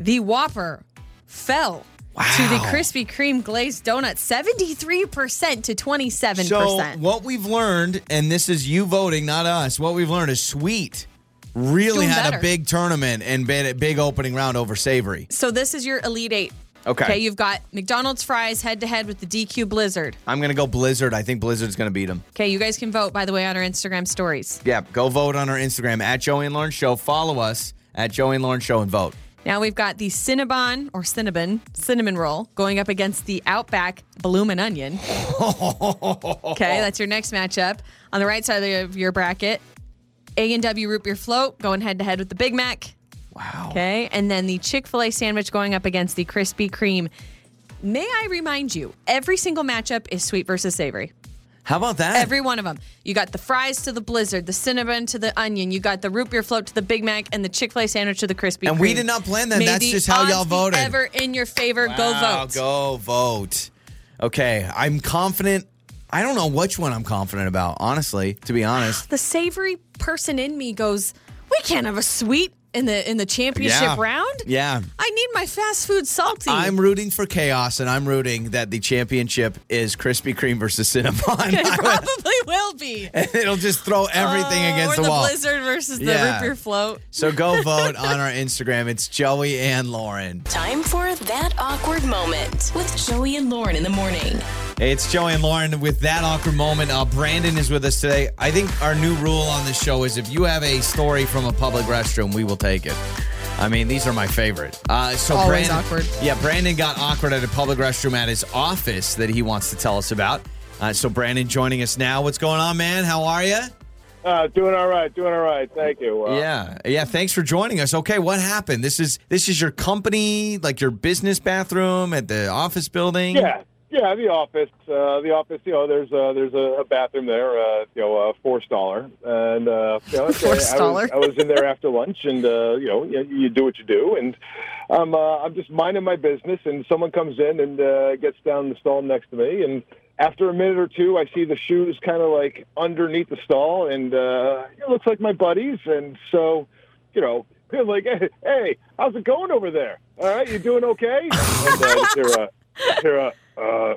The Whopper fell to the Wow. Krispy Kreme glazed donut 73% to 27%. So what we've learned, and this is you voting, not us. What we've learned is sweet really Doing had a better. big tournament and been a big opening round over savory. So this is your Elite Eight. Okay. Okay, you've got McDonald's fries head to head with the DQ Blizzard. I'm gonna go Blizzard. I think Blizzard's gonna beat them. Okay, you guys can vote, by the way, on our Instagram stories. Yeah, go vote on our Instagram at Joey and Lauren Show. Follow us at Joey and Lauren Show and vote. Now we've got the Cinnabon or Cinnabon, Cinnamon Roll going up against the Outback Bloomin' Onion. okay, that's your next matchup. On the right side of your bracket, A&W Root Beer Float going head to head with the Big Mac. Wow. Okay, and then the Chick fil A sandwich going up against the Krispy Kreme. May I remind you, every single matchup is sweet versus savory. How about that? Every one of them. You got the fries to the blizzard, the cinnamon to the onion, you got the root beer float to the Big Mac, and the Chick fil A sandwich to the Krispy And we Kreme. did not plan that. May That's the just how y'all odds be voted. Ever in your favor, Wow, go vote. Go vote. Okay, I'm confident. I don't know which one I'm confident about, honestly, to be honest. The savory person in me goes, we can't have a sweet in the in the championship Yeah. round. Yeah. I need my fast food salty. I'm rooting for chaos, and I'm rooting that the championship is Krispy Kreme versus Cinnabon. probably will be. It'll just throw everything Oh, against or the, wall. blizzard versus the Yeah. root beer float. So go vote on our Instagram. It's Joey and Lauren. Time for that awkward moment with Joey and Lauren in the morning. Hey, it's Joey and Lauren with that awkward moment. Uh, Brandon is with us today. I think our new rule on this show is if you have a story from a public restroom, we will take it. I mean, these are my favorite. Uh, so Always Brandon, awkward. Yeah, Brandon got awkward at a public restroom at his office that he wants to tell us about. Uh, so Brandon joining us now. What's going on, man? How are you? Uh, doing all right, doing all right. Thank you. Uh, yeah, yeah. Thanks for joining us. Okay, what happened? This is this is your company, like your business bathroom at the office building. Yeah, yeah. The office, uh, the office. You know, there's a, there's a, a bathroom there. Uh, you know, a four staller, and uh, you know, it's, uh, Four-staller. I, was, I was in there after lunch, and uh, you know, you, you do what you do, and I'm uh, I'm just minding my business, and someone comes in and uh, gets down the stall next to me, and after a minute or two, I see the shoes kind of like underneath the stall, and uh, it looks like my buddies, and so, you know. I'm like, hey, hey, how's it going over there? All right, you doing okay? and uh, they're, uh, Tara, uh,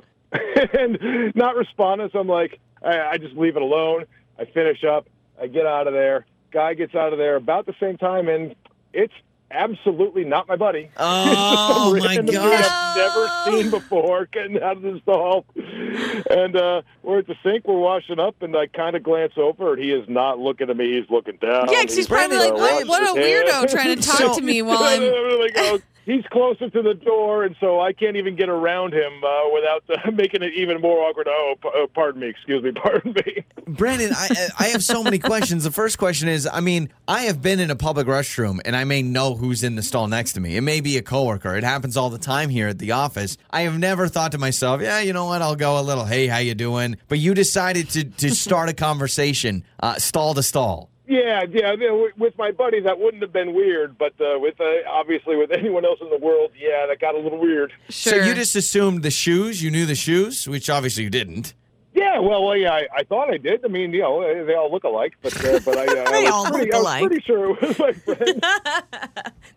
and not responding. So I'm like, I, I just leave it alone. I finish up. I get out of there. Guy gets out of there about the same time, and it's absolutely not my buddy. Oh my Random dude gosh. I've never seen before getting out of the stall. And uh, we're at the sink, we're washing up, and I kind of glance over, and he is not looking at me. He's looking down. Yeah, 'cause he's probably uh, like, what, washing what a his hands. weirdo trying to talk So- to me while I'm. Like, oh, He's closer to the door, and so I can't even get around him uh, without uh, making it even more awkward. Oh, p- oh, pardon me, excuse me, pardon me. Brandon, I, I I have so many questions. The first question is, I mean, I have been in a public restroom and I may know who's in the stall next to me. It may be a coworker. It happens all the time here at the office. I have never thought to myself, yeah, you know what? I'll go a little, hey, how you doing? But you decided to to start a conversation, uh, stall to stall. Yeah, yeah. you know, With my buddy, that wouldn't have been weird, but uh, with uh, obviously with anyone else in the world, yeah, that got a little weird. Sure. So you just assumed the shoes. You knew the shoes, which obviously you didn't. Yeah, well, well yeah, I, I thought I did. I mean, you know, eh, they all look alike, but uh, but I, uh, They I was all pretty, look alike. I was pretty sure it was my friend.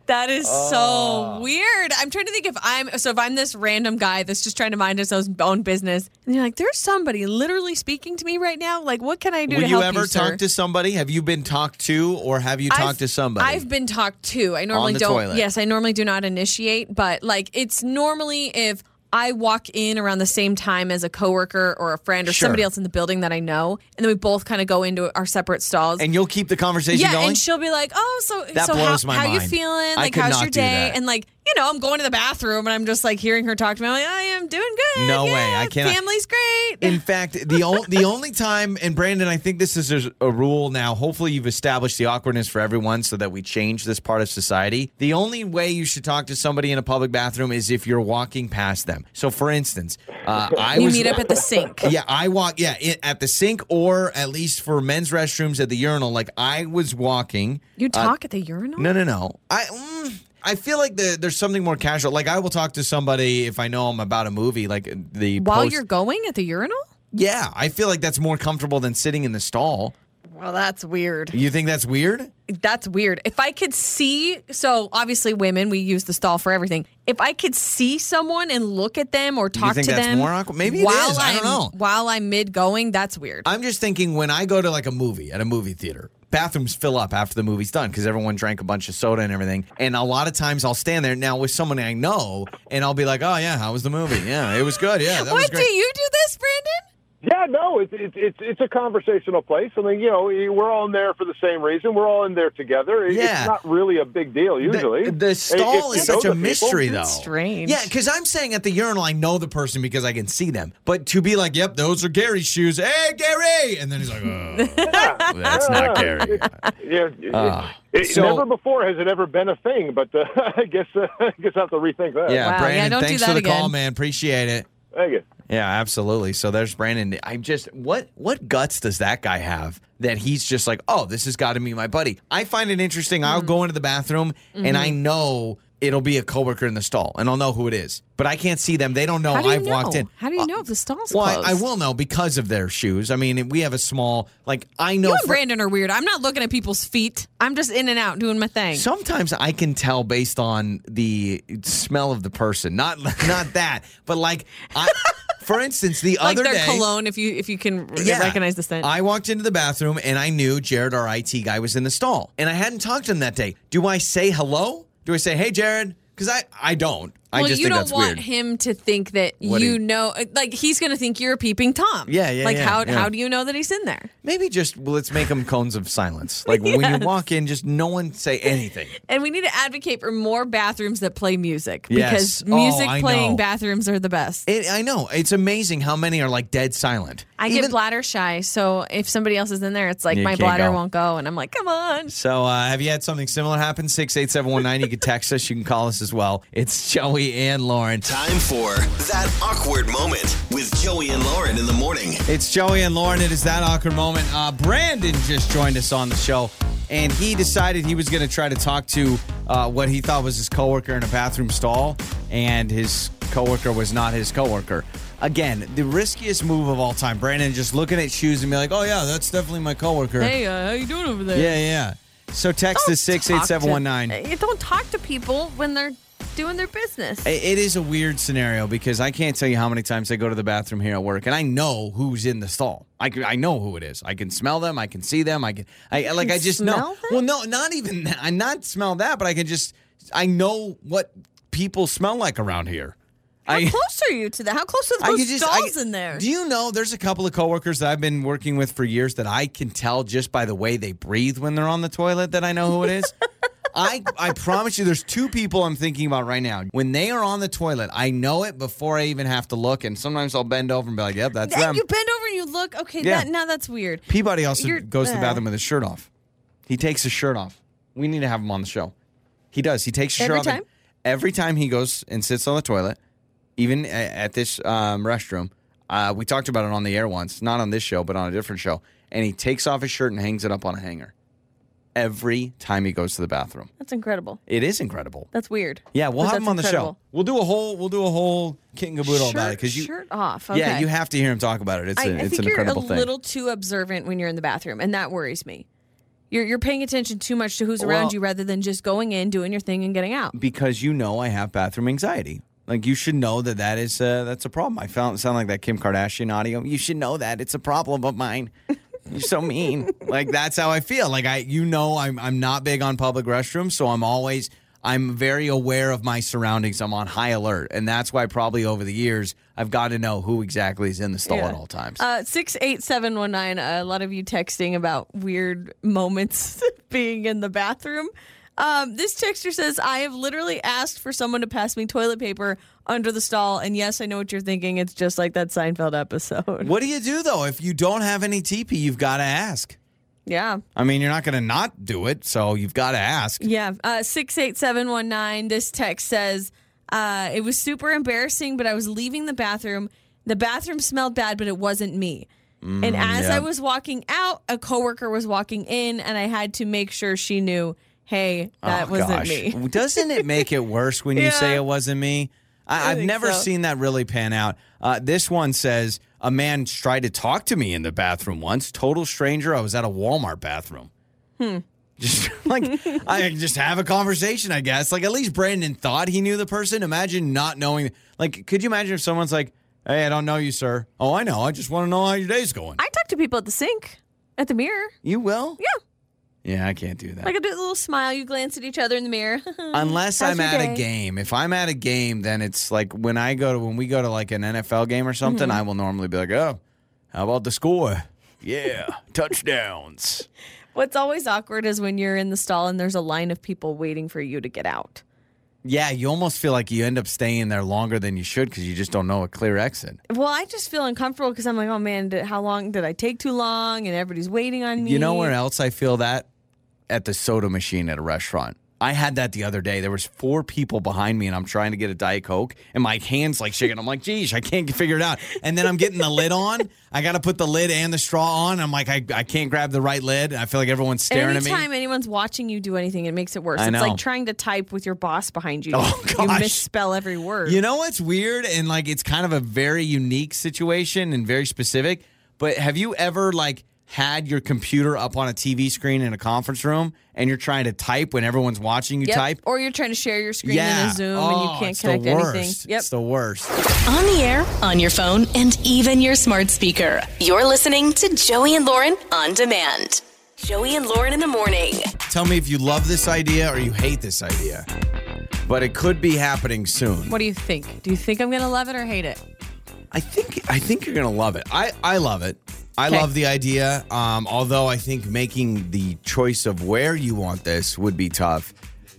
That is Ah. so weird. I'm trying to think if I'm so if I'm this random guy that's just trying to mind his own business, and you're like, there's somebody literally speaking to me right now. Like, what can I do Will to you help ever you, talk sir? to somebody? Have you been talked to, or have you talked I've- to somebody? I've been talked to. I normally the don't. toilet. Yes, I normally do not initiate, but like it's normally if I walk in around the same time as a coworker or a friend or Sure. somebody else in the building that I know, and then we both kind of go into our separate stalls. and you'll keep the conversation yeah, going. and she'll be like, "Oh, so That so blows how, my how you mind. feeling? I Like, could how's not your do day?" that. And like, you know, I'm going to the bathroom, and I'm just like hearing her talk to me. I'm like, "I am doing good. No yeah, way, I cannot- Family's great. in fact, the o- the only time, and Brandon, I think this is a, a rule now. Hopefully, you've established the awkwardness for everyone, so that we change this part of society. The only way you should talk to somebody in a public bathroom is if you're walking past them. So, for instance, uh, I you was Uh, meet up at the sink. yeah, I walk. Yeah, it, at the sink or at least for men's restrooms at the urinal. Like I was walking. You talk at the urinal. No, no, no. I mm, I feel like the, there's something more casual. Like I will talk to somebody if I know I'm about a movie. Like the While post- you're going at the urinal? yeah, I feel like that's more comfortable than sitting in the stall. Well, that's weird. You think that's weird? That's weird. If I could see, so obviously women, we use the stall for everything. If I could see someone and look at them or talk think to that's them, more awkward? Maybe it while is. I don't I'm- know. While I'm mid going, that's weird. I'm just thinking when I go to like a movie at a movie theater, bathrooms fill up after the movie's done because everyone drank a bunch of soda and everything. And a lot of times I'll stand there now with someone I know and I'll be like, oh, yeah, how was the movie? Yeah, it was good. Yeah, that was what do great. you do this, Brandon? yeah, no, it's it's it's it's a conversational place. I mean, you know, we're all in there for the same reason. We're all in there together. It- Yeah. It's not really a big deal usually. The, If- the if stall you is know such the a people- mystery, though. That's strange. Yeah, because I'm saying at the urinal, I know the person because I can see them. But to be like, yep, those are Gary's shoes. Hey, Gary! And then he's like, oh, that's not Gary. Yeah, it- Ah. it, it- So- never before has it ever been a thing, but uh, I guess uh, I guess I have to rethink that. Yeah, Wow, yeah, Brandon, don't do thanks that for the call, again. man. Appreciate it. Thank you. Yeah, absolutely. So there's Brandon. I'm just what what guts does that guy have that he's just like, oh, this has got to be my buddy. I find it interesting. I'll Mm-hmm. go into the bathroom and I know it'll be a coworker in the stall, and I'll know who it is, but I can't see them. They don't know How do you Oh, I've know? walked in. How do you know if the stall's Well, I, closed? I will know because of their shoes. I mean, we have a small like I know. You and for- Brandon are weird. I'm not looking at people's feet. I'm just in and out doing my thing. Sometimes I can tell based on the smell of the person, not not that, but like, I, for instance, the like other their day, cologne, if you if you can r- recognize the scent. I walked into the bathroom and I knew Jared, our IT guy, was in the stall. And I hadn't talked to him that day. Do I say hello? Do I say, hey, Jared? Because I, I don't. I well, just you think don't that's want weird. him to think that What do you you- know, uh, like he's going to think you're a peeping tom. Yeah, yeah, Like yeah, how yeah. how do you know that he's in there? Maybe just well, let's make them cones of silence. Like when you walk in, just no one say anything. And we need to advocate for more bathrooms that play music Yes. because Oh, music I playing know. bathrooms are the best. It, I know. It's amazing how many are like dead silent. I Even- get bladder shy, so if somebody else is in there, it's like You my can't bladder go. won't go, and I'm like, come on. So, uh, have you had something similar happen? 68719. You can text us. You can call us as well. It's Joey and Lauren. Time for That Awkward Moment with Joey and Lauren in the morning. It's Joey and Lauren. It is that awkward moment. Uh, Brandon just joined us on the show, and he decided he was going to try to talk to uh, what he thought was his coworker in a bathroom stall, and his coworker was not his coworker. Again, the riskiest move of all time. Brandon just looking at shoes and be like, "Oh yeah, that's definitely my coworker." Hey, uh, how you doing over there? Yeah, yeah. So text us six eight seven one nine. You Eh, don't talk to people when they're doing their business. It it is a weird scenario because I can't tell you how many times I go to the bathroom here at work, and I know who's in the stall. I, can- I know who it is. I can smell them. I can see them. I can I like I just know. smell them? Well, no, not even that. I not smell that, but I can just I know what people smell like around here. How I, close are you to that? How close I are could those just, I- stalls in there? Do you know there's a couple of coworkers that I've been working with for years that I can tell just by the way they breathe when they're on the toilet that I know who it is? I, I promise you, there's two people I'm thinking about right now. When they are on the toilet, I know it before I even have to look, and sometimes I'll bend over and be like, yep, that's And them. you bend over and you look. Okay, Yeah. that, now that's weird. Peabody also You're- goes to the uh. bathroom with his shirt off. He takes his shirt off. We need to have him on the show. He does. He takes his Every shirt off. and- time? Every time he goes and sits on the toilet, even a- at this um, restroom, uh, we talked about it on the air once, not on this show, but on a different show. And he takes off his shirt and hangs it up on a hanger. every time he goes to the bathroom. That's incredible. It is incredible. That's weird. Yeah, we'll But have that's him on the incredible. show. We'll do a whole we'll do a whole kit and caboodle about it Shirt- because you shirt off. Okay. yeah you have to hear him talk about it. It's I, an I it's think an you're a incredible thing. little too observant when you're in the bathroom, and that worries me. You're you're paying attention too much to who's around Well- you rather than just going in, doing your thing, and getting out. because you know I have bathroom anxiety. Like you should know that that is uh, that's a problem. I found sound like that Kim Kardashian audio. You should know that it's a problem of mine. You're so mean. like that's how I feel. Like I, you know, I'm I'm not big on public restrooms, so I'm always I'm very aware of my surroundings. I'm on high alert, and that's why probably over the years I've got to know who exactly is in the stall at all times. Uh, six eight seven one nine. A lot of you texting about weird moments being in the bathroom. Um, this texter says, "I have literally asked for someone to pass me toilet paper under the stall." And yes, I know what you're thinking. It's just like that Seinfeld episode. what do you do though if you don't have any teepee? You've got to ask. Yeah, I mean, you're not going to not do it, so you've got to ask. yeah. Uh, six eight seven one nine. This text says, uh, "It was super embarrassing, but I was leaving the bathroom. The bathroom smelled bad, but it wasn't me." And as Mm, yeah. I was walking out, a coworker was walking in, and I had to make sure she knew, hey, that Oh, wasn't gosh. me. Doesn't it make it worse when you Yeah. say it wasn't me? I, I I've think never so. seen that really pan out. Uh, this one says a man tried to talk to me in the bathroom once. Total stranger. I was at a Walmart bathroom. Hmm. Just like I can just have a conversation, I guess. Like at least Brandon thought he knew the person. Imagine not knowing. Like, could you imagine if someone's like, "Hey, I don't know you, sir." Oh, I know. I just want to know how your day's going. I talk to people at the sink, at the mirror. you will. Yeah, Yeah, I can't do that. like a bit- little smile. You glance at each other in the mirror. Unless Mm-hmm. I'm How's your at day? a game. If I'm at a game, then it's like when I go to when we go to like an NFL game or Mm-hmm. something, I will normally be like, "Oh, how about the score? Yeah, touchdowns." What's always awkward is when you're in the stall and there's a line of people waiting for you to get out. Yeah, you almost feel like you end up staying there longer than you should because you just don't know a clear exit. Well, I just feel uncomfortable because I'm like, oh man, did, how long did I take too long? And everybody's waiting on me. You know where else I feel that? At the soda machine at a restaurant. I had that the other day. There was four people behind me, and I'm trying to get a Diet Coke, and my hands like shaking. I'm like, "Geez, I can't figure it out." And then I'm getting the lid on. I got to put the lid and the straw on. I'm like, I, I can't grab the right lid. I feel like everyone's staring at me. Anytime anyone's watching you do anything, it makes it worse. I it's know. like trying to type with your boss behind you. Oh, gosh. You misspell every word. You know what's weird and like it's kind of a very unique situation and very specific. But have you ever like had your computer up on a TV screen in a conference room and you're trying to type when everyone's watching you Yep. type? Or you're trying to share your screen in a Zoom and Oh, you can't it's connect the worst. anything. Yep. It's the worst. On the air, on your phone, and even your smart speaker. You're listening to Joey and Lauren on demand. Joey and Lauren in the morning. Tell me if you love this idea or you hate this idea. But it could be happening soon. What do you think? Do you think I'm going to love it or hate it? I think I think you're gonna love it. I, I love it. I Okay. love the idea. Um, although I think making the choice of where you want this would be tough.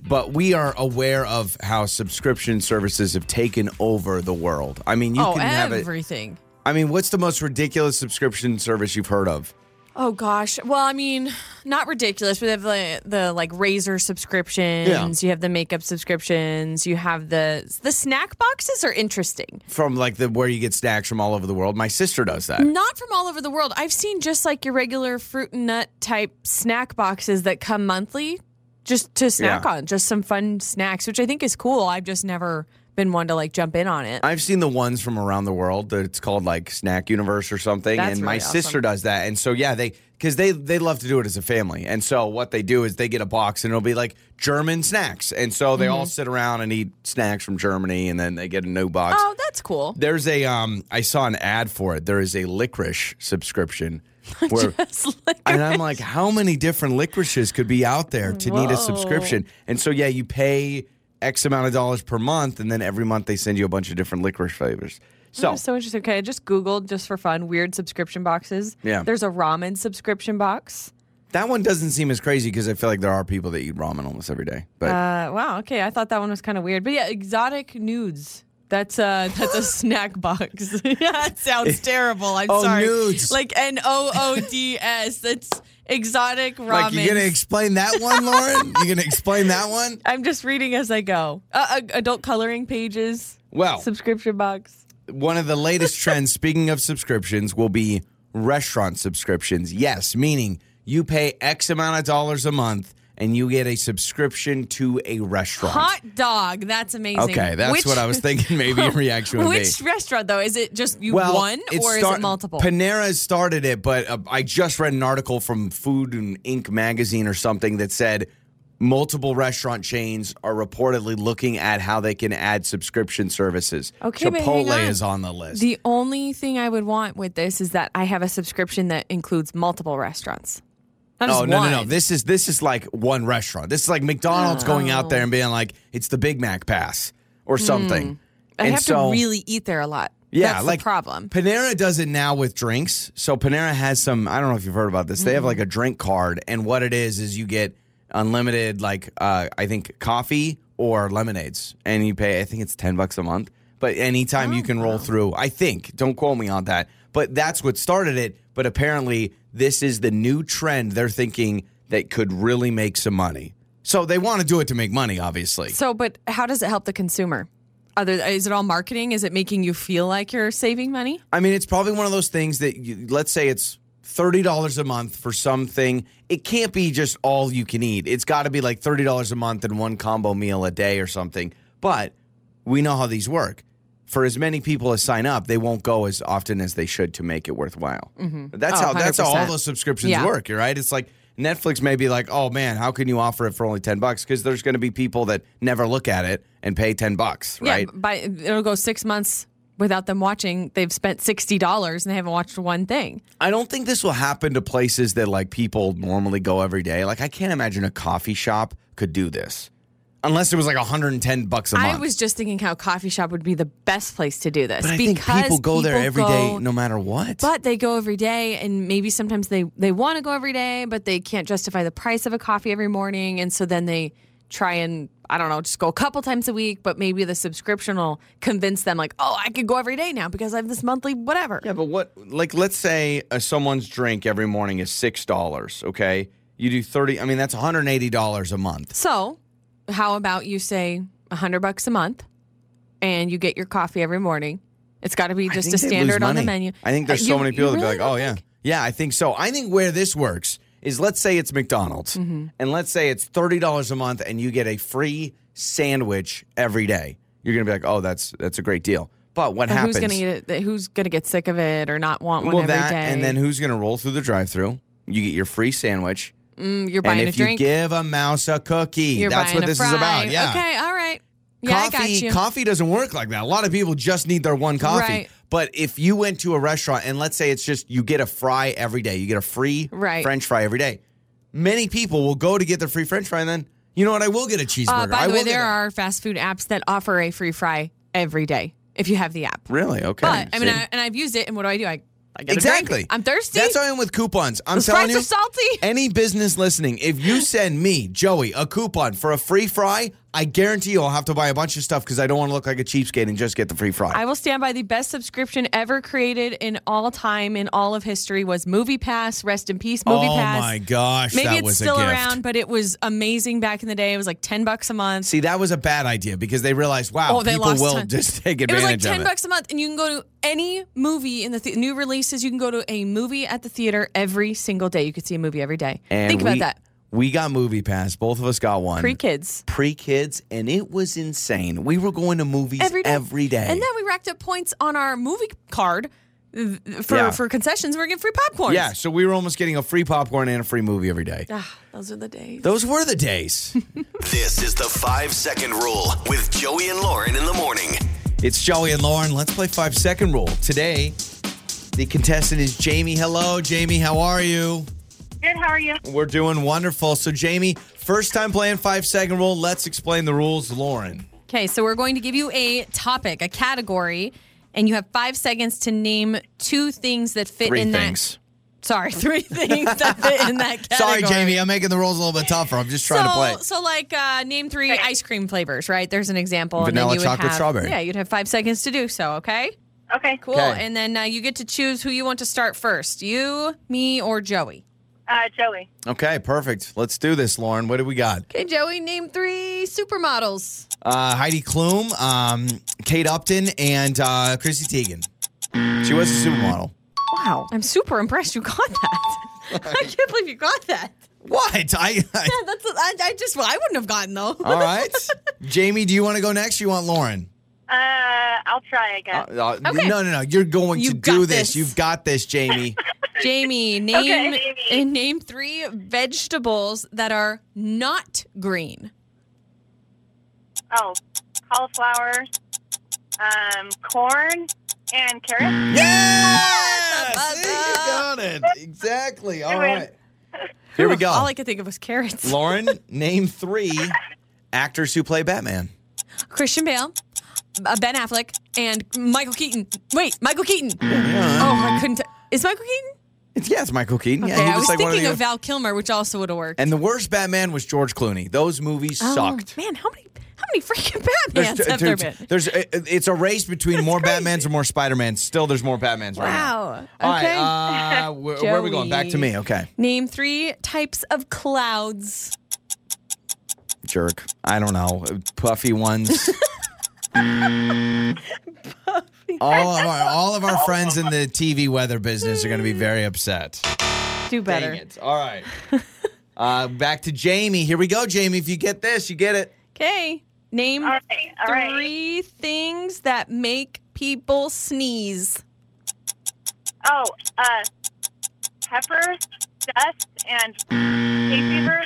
But we are aware of how subscription services have taken over the world. I mean, you oh, can have it. everything. I mean, what's the most ridiculous subscription service you've heard of? Oh gosh. Well, I mean, not ridiculous, but they have the the like razor subscriptions, you have the makeup subscriptions, you have the the snack boxes are interesting. From like the where you get snacks from all over the world. My sister does that. Not from all over the world. I've seen just like your regular fruit and nut type snack boxes that come monthly just to snack Yeah. on, just some fun snacks, which I think is cool. I've just never been one to like jump in on it. I've seen the ones from around the world that it's called like Snack Universe or something, That's and my really awesome. sister does that. And so yeah, they because they they love to do it as a family. And so what they do is they get a box and it'll be like German snacks, and so they Mm-hmm. all sit around and eat snacks from Germany, and then they get a new box. oh, that's cool. There's a um, I saw an ad for it. There is a licorice subscription where. And I'm like, how many different licorices could be out there to need a subscription? And so, yeah, you pay X amount of dollars per month, and then every month they send you a bunch of different licorice flavors. So, I'm so interested. Okay, I just Googled just for fun weird subscription boxes. Yeah. There's a ramen subscription box. that one doesn't seem as crazy because I feel like there are people that eat ramen almost every day. But Uh, wow. Okay, I thought that one was kind of weird, but yeah, exotic nudes. That's a that's a snack box. yeah, that sounds terrible. I'm Oh, sorry. nudes. Like N O O D S. That's exotic ramen. like, you gonna explain that one, Lauren? you gonna explain that one? I'm just reading as I go. Uh, uh, adult coloring pages. Well, Subscription box. one of the latest trends, speaking of subscriptions, will be restaurant subscriptions. Yes, meaning you pay X amount of dollars a month and you get a subscription to a restaurant. Hot dog. That's amazing. Okay, that's Which- what I was thinking. Maybe your reaction would Which be. restaurant though? Is it just you Well, one or is start- it multiple? Panera started it, but uh, I just read an article from Food and Inc. magazine or something that said multiple restaurant chains are reportedly looking at how they can add subscription services. Okay, but hang Chipotle on. is on the list. the only thing I would want with this is that I have a subscription that includes multiple restaurants. Not Oh just no, one. no, no! This is this is like one restaurant. This is like McDonald's going Oh. out there and being like, "It's the Big Mac pass" or something. Hmm. I and have so, to really eat there a lot. yeah, that's like the problem. Panera does it now with drinks. So Panera has some. I don't know if you've heard about this. They Mm-hmm. have like a drink card, and what it is is you get unlimited, like uh, I think coffee or lemonades, and you pay. I think it's ten bucks a month. But anytime you can Oh, roll through, I think. Don't quote me on that. But that's what started it. But apparently, this is the new trend. They're thinking that could really make some money. So they want to do it to make money, obviously. So, but how does it help the consumer? Other is it all marketing? Is it making you feel like you're saving money? I mean, it's probably one of those things that you, let's say it's thirty dollars a month for something. It can't be just all you can eat. It's got to be like thirty dollars a month and one combo meal a day or something. But we know how these work. For as many people as sign up, they won't go as often as they should to make it worthwhile. That's Oh, how that's how all 100%. those subscriptions Yeah. work. You're right. It's like Netflix may be like, oh man, how can you offer it for only ten bucks? Because there's going to be people that never look at it and pay ten bucks, right? Yeah, by it'll go six months without them watching. They've spent sixty dollars and they haven't watched one thing. I don't think this will happen to places that like people normally go every day. Like I can't imagine a coffee shop could do this. Unless it was like 110 bucks a month. I was just thinking how coffee shop would be the best place to do this but I think because people go there every day, go- no matter what. But they go every day, and maybe sometimes they they want to go every day, but they can't justify the price of a coffee every morning, and so then they try and I don't know, just go a couple times a week. But maybe the subscription will convince them, like, oh, I could go every day now because I have this monthly whatever. yeah, but what like let's say uh, someone's drink every morning is $6, okay? You do 30, I mean that's $180 a month. So, how about you say a hundred bucks a month, and you get your coffee every morning? It's got to be I just think a they'd lose standard on the money. menu. I think Uh, there's so you- many you people that really be like, don't oh, yeah. think- Yeah, I think so. I think where this works is let's say it's McDonald's Mm-hmm. and let's say it's $30 a month and you get a free sandwich every day. You're going to be like, oh, that's that's a great deal. But what But happens? Who's gonna eat it? Who's gonna get sick of it or not want one well, every day? that, and then who's going to roll through the drive through? You get your free sandwich. Mm, you're buying And a if you drink. give a mouse a cookie, you're that's buying what a this fry. is about. Yeah. Okay. All right. Yeah, coffee, I got you. Coffee doesn't work like that. A lot of people just need their one coffee. Right. But if you went to a restaurant and let's say it's just you get a fry every day, you get a free Right. French fry every day. Many people will go to get their free French fry and then you know what? I will get a cheeseburger. uh, by I the will way, get there a-" are fast food apps that offer a free fry every day if you have the app. really okay. But I mean, see? I, and I've used it, and what do I do? I, I get a drink. exactly. I'm thirsty. That's how I am with coupons. I'm Those telling fries you, are salty. any business listening, if you send me Joey a coupon for a free fry, I guarantee you I'll have to buy a bunch of stuff because I don't want to look like a cheapskate and just get the free fry. I will stand by the best subscription ever created in all time in all of history was Movie Pass. Rest in peace, Movie oh Pass. my gosh, Maybe that it's was still a gift. around, but it was amazing back in the day. It was like ten bucks a month. See, that was a bad idea because they realized, wow, Oh, they people lost will ton- just take it was like advantage of ten it. bucks a month, and you can go to any movie in the the new releases. You can go to a movie at the theater every single day. You could see a movie every day. And Think we- about that. We got movie pass. Both of us got one. Pre kids Pre kids, and it was insane. We were going to movies every day, every day. and then we racked up points on our movie card th- for Yeah. for concessions. We are getting free popcorn. yeah, so we were almost getting a free popcorn and a free movie every day. Ah, those are the days. Those were the days. This is the five second rule with Joey and Lauren in the morning. it's Joey and Lauren. Let's play five second rule. Today, the contestant is Jamie. Hello, Jamie. How are you? Good. How are you? We're doing wonderful. So, Jamie, first time playing five second rule. Let's explain the rules, Lauren. Okay, so we're going to give you a topic, a category, and you have five seconds to name two things that fit Three in things. that. Sorry, three things that fit in that Sorry, category. Jamie. I'm making the rules a little bit tougher. I'm just trying so, to play. so like, uh, name three ice cream flavors, right? There's an example. and then Vanilla, you would chocolate, have- strawberry. Yeah, you'd have five seconds to do so. Okay, Okay. cool. Okay. And then uh, you get to choose who you want to start first: you, me, or Joey. Uh, Joey. Okay, perfect. Let's do this, Lauren. What do we got? Okay, Joey, name three supermodels. Uh, Heidi Klum, um, Kate Upton, and uh, Chrissy Teigen. She was a supermodel. Wow, I'm super impressed you got that. I can't believe you got that. What? I, I Yeah, that's I, I just well, I wouldn't have gotten though. all right. Jamie, do you want to go next? Or you want Lauren? Uh, I'll try, I Uh, guess. uh, Okay. No, no, no. You're going You to got do this. this. You've got this, Jamie. Jamie, name Jamie. and name three vegetables that are not green. oh, cauliflower, um, corn, and carrots. yes! Ba-ba-ba. See, you got it. Exactly. All win. right. Here we Ugh, go. All I could think of was carrots. Lauren, name three actors who play Batman. Christian Bale, uh, Ben Affleck, and Michael Keaton. Wait, Michael Keaton. Oh, I couldn't. Is Michael Keaton? It's, yeah, it's Michael Keaton. Okay, Mm-hmm. yeah, he I was like one thinking the- of, Val Kilmer, which also would have worked. And the worst Batman was George Clooney. Those movies Oh, sucked. Man, how many how many freaking There's, Batmans have there been? there's- it's a race between more Batmans and more Spider-Mans. Still, there's more Batmans right now. Wow. All right, okay. uh, where, where are we going? Back to me. Okay. Name three types of clouds. Jerk. I don't know. Puffy ones. all, of our, all of our friends in the TV weather business are going to be very upset. Do better. Dang it. All right. Uh, back to Jamie. Here we go, Jamie. If you get this, you get it. Okay. Name All right, all right. three things that make people sneeze. Oh, uh, pepper, dust, and hay fever.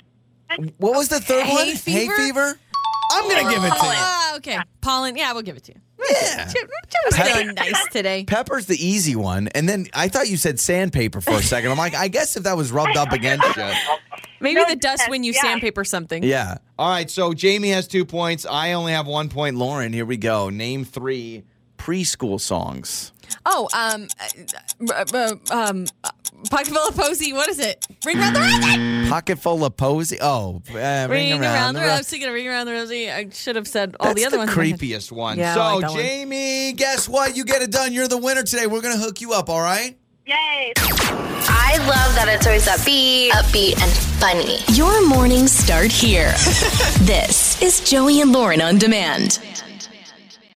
What was the third Hay one? fever? Hay fever? I'm going to give it to you. Ah, okay. Pollen. Yeah, we'll give it to you. Yeah. Jim Jim was feeling nice today. Pepper's the easy one. And then I thought you said sandpaper for a second. I'm like, I guess if that was rubbed up against you. Maybe No, the dust yes, when you yeah. sandpaper something. Yeah. All right. So Jamie has two points. I only have one point. Lauren, here we go. Name three preschool songs. Oh, um, uh, uh, um, uh, Pocketful Posey. What is it? Ring around the rosy. Pocket full of posy. Oh, uh, ring, Mm. Ring around the rosy. I ro- was thinking of ring around the rosy. I should have said all That's the other ones. in my head. creepiest one. Yeah, I so like that one. Jamie, guess what? You get it done. You're the winner today. We're gonna hook you up. All right. Yay. I love that it's always upbeat, upbeat and funny. Your mornings start here. this is Joey and Lauren on demand.